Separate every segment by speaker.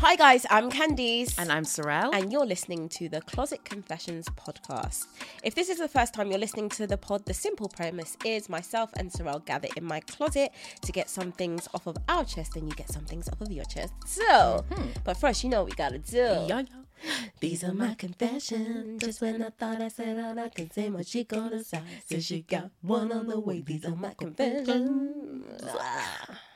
Speaker 1: Hi guys, I'm Candice.
Speaker 2: And I'm Sorel.
Speaker 1: and you're listening to the Closet Confessions podcast. If this is the first time you're listening to the pod, the simple premise is myself and Sorel gather in my closet to get some things off of our chest and you get some things off of your chest. So,
Speaker 2: Mm-hmm.
Speaker 1: but first, you know what we gotta do.
Speaker 2: Yo, yo.
Speaker 1: These are my confessions. Just when I thought I said all I can say, my she gonna sigh. Says she got one on the way. These are my confessions. Ah.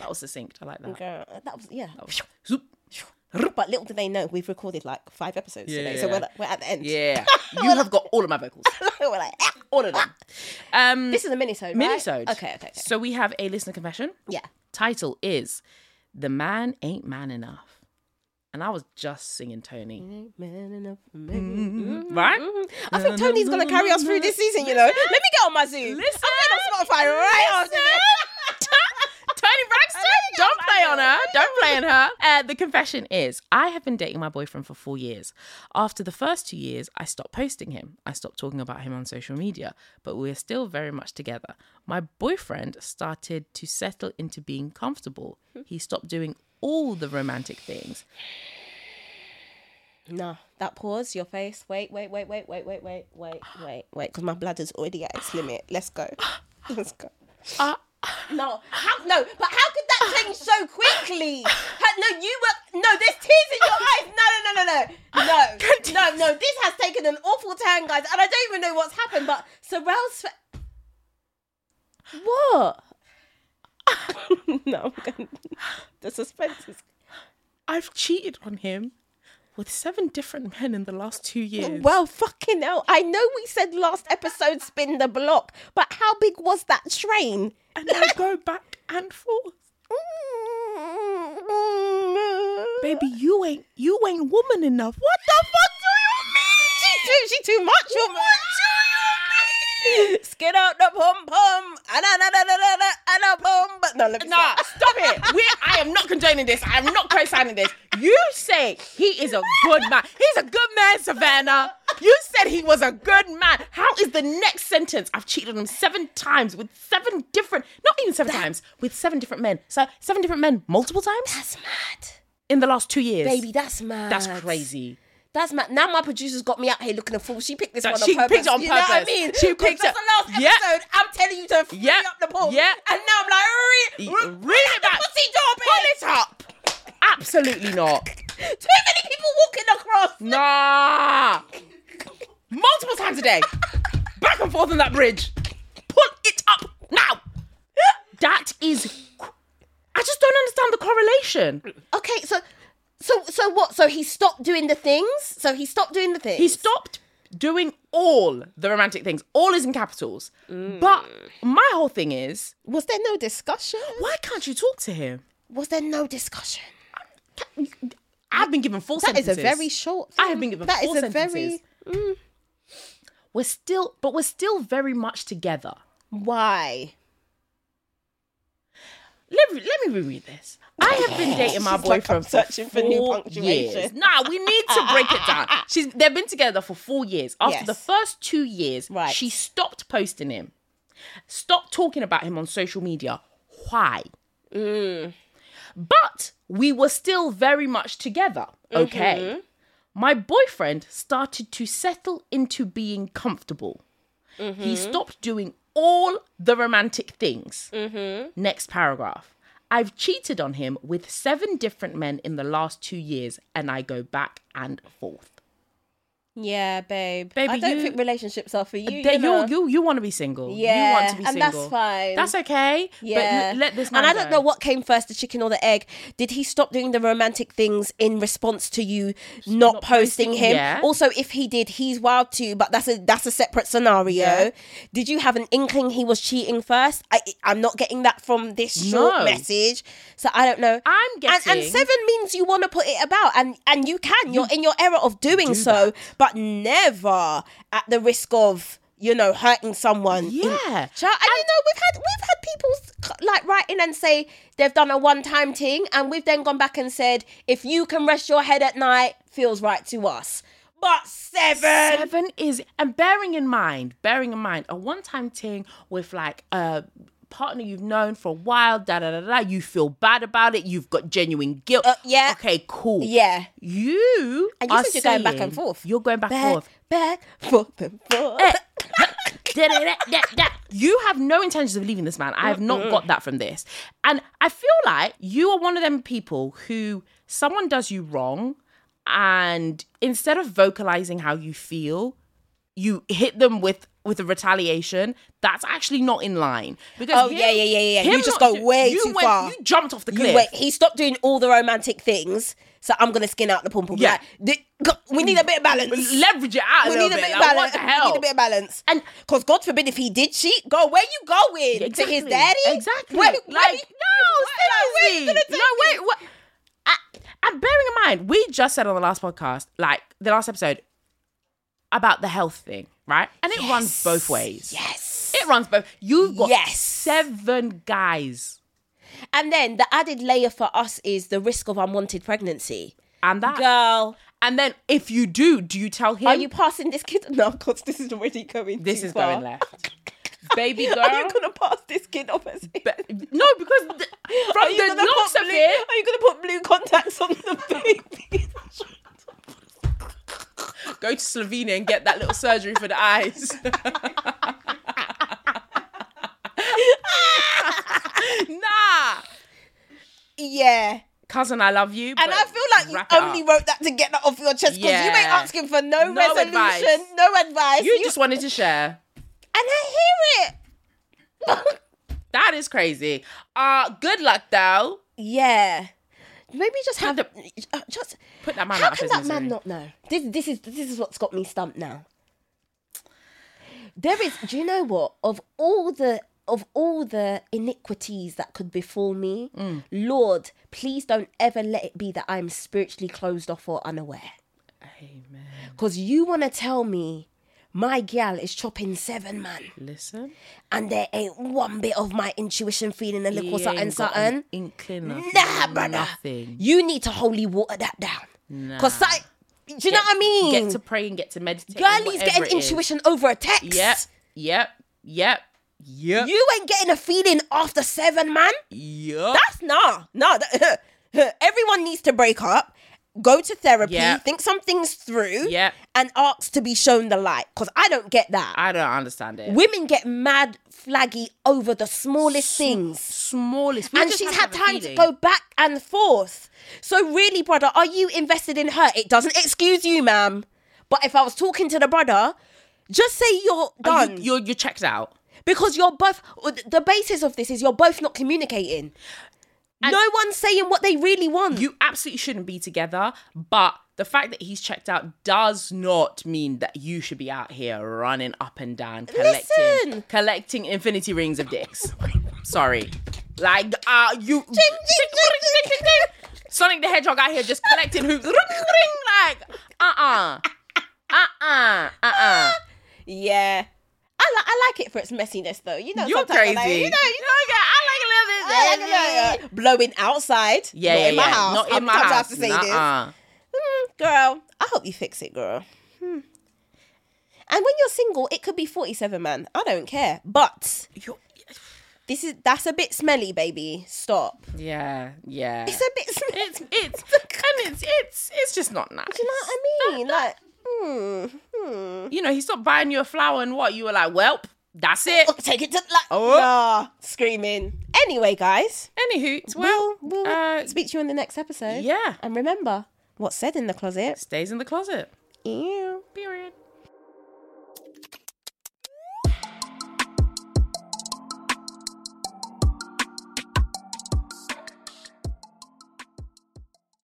Speaker 2: That was succinct. I like that.
Speaker 1: Girl, that was, yeah.
Speaker 2: That was- Zoop.
Speaker 1: But little do they know, we've recorded like five episodes today, so
Speaker 2: Yeah.
Speaker 1: we're, we're at the end.
Speaker 2: Yeah. You have got all of my vocals.
Speaker 1: we're like, ah,
Speaker 2: All of them. Um
Speaker 1: This is a minisode, right?
Speaker 2: Minisode.
Speaker 1: Okay, okay, okay.
Speaker 2: So we have a listener confession.
Speaker 1: yeah.
Speaker 2: Title is The Man Ain't Man Enough. And I was just singing Tony.
Speaker 1: Man enough for me.
Speaker 2: Mm-hmm.
Speaker 1: Mm,
Speaker 2: Right?
Speaker 1: mm. Mm-hmm. I think Tony's gonna carry us through this season, you know. Let me get on my Zoom.
Speaker 2: Listen.
Speaker 1: I'm going on Spotify right after this.
Speaker 2: Tony Braxton, don't play on her. Don't play on her. Uh, the confession is I have been dating my boyfriend for four years. After the first two years, I stopped posting him. I stopped talking about him on social media, but we're still very much together. My boyfriend started to settle into being comfortable. He stopped doing all the romantic things.
Speaker 1: No, that pause, your face. Wait, wait, wait, wait, wait, wait, wait, wait, wait, wait. Because my bladder's already at its limit. Let's go. Let's go.
Speaker 2: Uh,
Speaker 1: No, how, no, but how could that change so quickly? How- no, you were. No, there's tears in your eyes. No, no, no, no, no. No, no, no. This has taken an awful turn, guys. And I don't even know what's happened, but Sorrel's. Fa- what? no, I'm going The suspense is.
Speaker 2: I've cheated on him with seven different men in the last two years.
Speaker 1: Well, fucking hell. I know we said last episode spin the block, but how big was that train?
Speaker 2: and I go back and forth. Baby, you ain't you ain't woman enough. What the fuck do you
Speaker 1: She's too, she's too much, woman. Skid out the pom pom. Ana pom. But no, let me
Speaker 2: Nah,
Speaker 1: stop.
Speaker 2: stop it. We, I am not condoning this. I am not co-signing this. You say he is a good man. He's a good man, Savannah. You said he was a good man. How is the next sentence? I've cheated on him seven times with seven different, not even seven times, with seven different men. So seven different men multiple times
Speaker 1: That's mad.
Speaker 2: in the last two years.
Speaker 1: Baby, that's mad.
Speaker 2: that's crazy.
Speaker 1: That's mad. Now my producer's got me out here looking a fool. She picked this
Speaker 2: That
Speaker 1: one
Speaker 2: she
Speaker 1: on purpose.
Speaker 2: picked it on
Speaker 1: You know what I
Speaker 2: purpose.
Speaker 1: mean?
Speaker 2: She
Speaker 1: 'Cause
Speaker 2: picked
Speaker 1: that's
Speaker 2: it-
Speaker 1: the last
Speaker 2: Yeah.
Speaker 1: episode. I'm telling you to free
Speaker 2: Yeah.
Speaker 1: up the ball.
Speaker 2: Yeah.
Speaker 1: And now I'm like, re-
Speaker 2: Read
Speaker 1: re-
Speaker 2: it back.
Speaker 1: pussy door,
Speaker 2: Pull it up. Absolutely not.
Speaker 1: Too many people walking across.
Speaker 2: Nah. Multiple times a day. Back and forth on that bridge. Pull it up now. That is. I just don't understand the correlation.
Speaker 1: Okay, so so so what? So he stopped doing the things. So he stopped doing the things.
Speaker 2: He stopped doing all the romantic things. All is in capitals.
Speaker 1: Mm.
Speaker 2: But my whole thing is,
Speaker 1: Was there no discussion?
Speaker 2: why can't you talk to him?
Speaker 1: Was there no discussion?
Speaker 2: I've been given four
Speaker 1: That is
Speaker 2: sentences.
Speaker 1: a very short.
Speaker 2: I have been given
Speaker 1: That is
Speaker 2: four sentences. We're still, but we're still very much together.
Speaker 1: why.
Speaker 2: Let me, let me reread this. I have been dating my
Speaker 1: She's like,
Speaker 2: boyfriend
Speaker 1: I'm
Speaker 2: for
Speaker 1: searching for
Speaker 2: four
Speaker 1: new punctuation.
Speaker 2: years. Nah, we need to break it down. She's they've been together for four years. After
Speaker 1: Yes.
Speaker 2: the first two years,
Speaker 1: Right.
Speaker 2: she stopped posting him, stopped talking about him on social media. Why? But we were still very much together. Okay. My boyfriend started to settle into being comfortable. He stopped doing all the romantic things. Next paragraph. I've cheated on him with seven different men in the last two years, and I go back and forth.
Speaker 1: Yeah, babe.
Speaker 2: Baby,
Speaker 1: I don't
Speaker 2: you-
Speaker 1: think relationships are for you.
Speaker 2: They-
Speaker 1: you, know?
Speaker 2: you you you want to be single. you
Speaker 1: Yeah,
Speaker 2: want to be
Speaker 1: and
Speaker 2: single.
Speaker 1: that's fine.
Speaker 2: That's okay.
Speaker 1: Yeah.
Speaker 2: but l- let this. Man
Speaker 1: And I don't
Speaker 2: go.
Speaker 1: know what came first, the chicken or the egg. Did he stop doing the romantic things in response to you not, posting,
Speaker 2: posting,
Speaker 1: him?
Speaker 2: yeah.
Speaker 1: Also, if he did, he's wild too, but that's a that's a separate scenario.
Speaker 2: Yeah.
Speaker 1: Did you have an inkling he was cheating first? I I'm not getting that from this short
Speaker 2: No.
Speaker 1: message. So I don't know.
Speaker 2: I'm
Speaker 1: and,
Speaker 2: getting-
Speaker 1: and seven means you want to put it about and and you can. You're in your era of doing so, but never at the risk of you know, hurting someone. in-
Speaker 2: Yeah.
Speaker 1: Child, and, you know we've had we've had people c- like write in and say they've done a one time thing, and we've then gone back and said if you can rest your head at night, feels right to us. But seven,
Speaker 2: Seven is, and bearing in mind, bearing in mind, a one-time ting with like a partner you've known for a while, da da da da. You feel bad about it. You've got genuine guilt.
Speaker 1: Uh, yeah.
Speaker 2: Okay. Cool.
Speaker 1: yeah,
Speaker 2: You
Speaker 1: And you
Speaker 2: are
Speaker 1: said you're going back and
Speaker 2: saying
Speaker 1: forth.
Speaker 2: You're going back Eh. and
Speaker 1: back,
Speaker 2: forth.
Speaker 1: back, forth and forth.
Speaker 2: Da-da-da-da-da. you have no intentions of leaving this man. I have not got that from this. And I feel like you are one of them people who someone does you wrong, and instead of vocalizing how you feel, you hit them with with a retaliation that's actually not in line. Because
Speaker 1: Oh,
Speaker 2: him-
Speaker 1: yeah, yeah, yeah, yeah. You
Speaker 2: him
Speaker 1: just
Speaker 2: not
Speaker 1: go way
Speaker 2: you
Speaker 1: too far.
Speaker 2: You jumped off the
Speaker 1: You
Speaker 2: cliff.
Speaker 1: wait, he stopped doing all the romantic things, so I'm gonna skin out the pom pom.
Speaker 2: Yeah.
Speaker 1: Yeah, we need a bit of balance.
Speaker 2: Leverage it out a
Speaker 1: we
Speaker 2: little
Speaker 1: need a bit, of
Speaker 2: Like,
Speaker 1: balance.
Speaker 2: what the hell?
Speaker 1: We need a bit of balance.
Speaker 2: And-
Speaker 1: because God forbid if he did cheat, go where you going
Speaker 2: exactly.
Speaker 1: to his daddy?
Speaker 2: Exactly.
Speaker 1: Where,
Speaker 2: like,
Speaker 1: where you-
Speaker 2: no,
Speaker 1: where- where you
Speaker 2: seriously.
Speaker 1: gonna take
Speaker 2: no, wait, what? I- And bearing in mind, we just said on the last podcast, like the last episode, about the health thing, right? And it runs both ways.
Speaker 1: Yes.
Speaker 2: It runs both. You've got
Speaker 1: Yes.
Speaker 2: seven guys,
Speaker 1: And then the added layer for us is the risk of unwanted pregnancy.
Speaker 2: and that.
Speaker 1: Girl,
Speaker 2: And then if you do, do you tell him?
Speaker 1: are you passing this kid? No, because this is already going.
Speaker 2: this
Speaker 1: too
Speaker 2: is
Speaker 1: far.
Speaker 2: going left, baby girl.
Speaker 1: Are you gonna pass this kid off as?
Speaker 2: Be- no, because th-
Speaker 1: Are
Speaker 2: from
Speaker 1: you
Speaker 2: the
Speaker 1: gonna
Speaker 2: looks
Speaker 1: put
Speaker 2: of
Speaker 1: blue-
Speaker 2: it,
Speaker 1: Are you gonna put blue contacts on the baby?
Speaker 2: go to Slovenia and get that little surgery for the eyes. nah.
Speaker 1: yeah.
Speaker 2: Cousin, I love you.
Speaker 1: And I feel like you only wrote that to get that off your chest because you ain't
Speaker 2: Yeah.
Speaker 1: asking for no,
Speaker 2: No
Speaker 1: resolution,
Speaker 2: advice.
Speaker 1: no advice.
Speaker 2: You just wanted to share.
Speaker 1: and I hear it.
Speaker 2: That is crazy. Uh, good luck though.
Speaker 1: yeah, maybe just have uh, just
Speaker 2: Put that man
Speaker 1: How
Speaker 2: out of
Speaker 1: can
Speaker 2: his
Speaker 1: that man
Speaker 2: misery.
Speaker 1: not know? This this is this is what's got me stumped now. There is. Do you know what? Of all the of all the iniquities that could befall me,
Speaker 2: Mm.
Speaker 1: Lord, please don't ever let it be that I'm spiritually closed off or unaware.
Speaker 2: Amen.
Speaker 1: Because you want to tell me my gal is chopping seven man
Speaker 2: Listen.
Speaker 1: and there ain't one bit of my intuition feeling a
Speaker 2: he
Speaker 1: little something
Speaker 2: ain't got an
Speaker 1: something.
Speaker 2: Inkling of
Speaker 1: Nah, brother.
Speaker 2: nothing.
Speaker 1: You need to holy water that down. Because I, do you know what I mean?
Speaker 2: Get to pray and get to meditate. and
Speaker 1: Girlie's
Speaker 2: whatever
Speaker 1: getting
Speaker 2: it is.
Speaker 1: intuition over a text.
Speaker 2: Yep. Yep. Yep. Yep.
Speaker 1: You ain't getting a feeling after seven, man.
Speaker 2: yep.
Speaker 1: That's nah, nah. that- everyone needs to break up, go to therapy,
Speaker 2: Yeah.
Speaker 1: think some things through,
Speaker 2: Yeah.
Speaker 1: and ask to be shown the light. Because I don't get that.
Speaker 2: I don't understand it.
Speaker 1: Women get mad flaggy over the smallest things.
Speaker 2: smallest. We
Speaker 1: And
Speaker 2: just
Speaker 1: she's had
Speaker 2: have to have a
Speaker 1: time to
Speaker 2: feeling.
Speaker 1: go back and forth. So, really, brother, are you invested in her? It doesn't excuse you, ma'am. But if I was talking to the brother, just say you're
Speaker 2: Are
Speaker 1: done.
Speaker 2: You, you're you're checked out.
Speaker 1: because you're both, the basis of this is you're both not communicating. no one's saying what they really want.
Speaker 2: You absolutely shouldn't be together. But the fact that he's checked out does not mean that you should be out here running up and down collecting
Speaker 1: Listen.
Speaker 2: collecting infinity rings of dicks. Sorry, like uh you. Sonic the Hedgehog out here just collecting hoops. Ring, ring, like uh uh uh uh uh uh.
Speaker 1: yeah. I, li- I like it for its messiness, though. You know,
Speaker 2: You're
Speaker 1: sometimes I
Speaker 2: crazy.
Speaker 1: like- you know, you know,
Speaker 2: Okay, I like a little bit.
Speaker 1: I like it, like, uh, blowing outside.
Speaker 2: Yeah,
Speaker 1: not
Speaker 2: yeah,
Speaker 1: in my
Speaker 2: yeah.
Speaker 1: house.
Speaker 2: Not in
Speaker 1: Sometimes
Speaker 2: my
Speaker 1: I
Speaker 2: house.
Speaker 1: have to say this.
Speaker 2: Nuh-uh.
Speaker 1: Mm, girl, I hope you fix it, girl. Hmm. And when you're single, it could be 47, man. I don't care. But
Speaker 2: You're-
Speaker 1: this is that's a bit smelly, baby. Stop.
Speaker 2: Yeah, yeah.
Speaker 1: It's a bit smelly.
Speaker 2: it's it's and it's it's it's just not nice.
Speaker 1: Do you know what I mean? Like, hmm, hmm.
Speaker 2: You know, he stopped buying you a flower and what? You were like, Welp, that's it.
Speaker 1: Oh, take it to like
Speaker 2: Oh.
Speaker 1: nah, screaming. Anyway, guys.
Speaker 2: Anywho, it's well
Speaker 1: we'll
Speaker 2: uh,
Speaker 1: speak to you in the next episode.
Speaker 2: yeah.
Speaker 1: And remember, what's said in the closet
Speaker 2: stays in the closet.
Speaker 3: Ew.
Speaker 1: Period.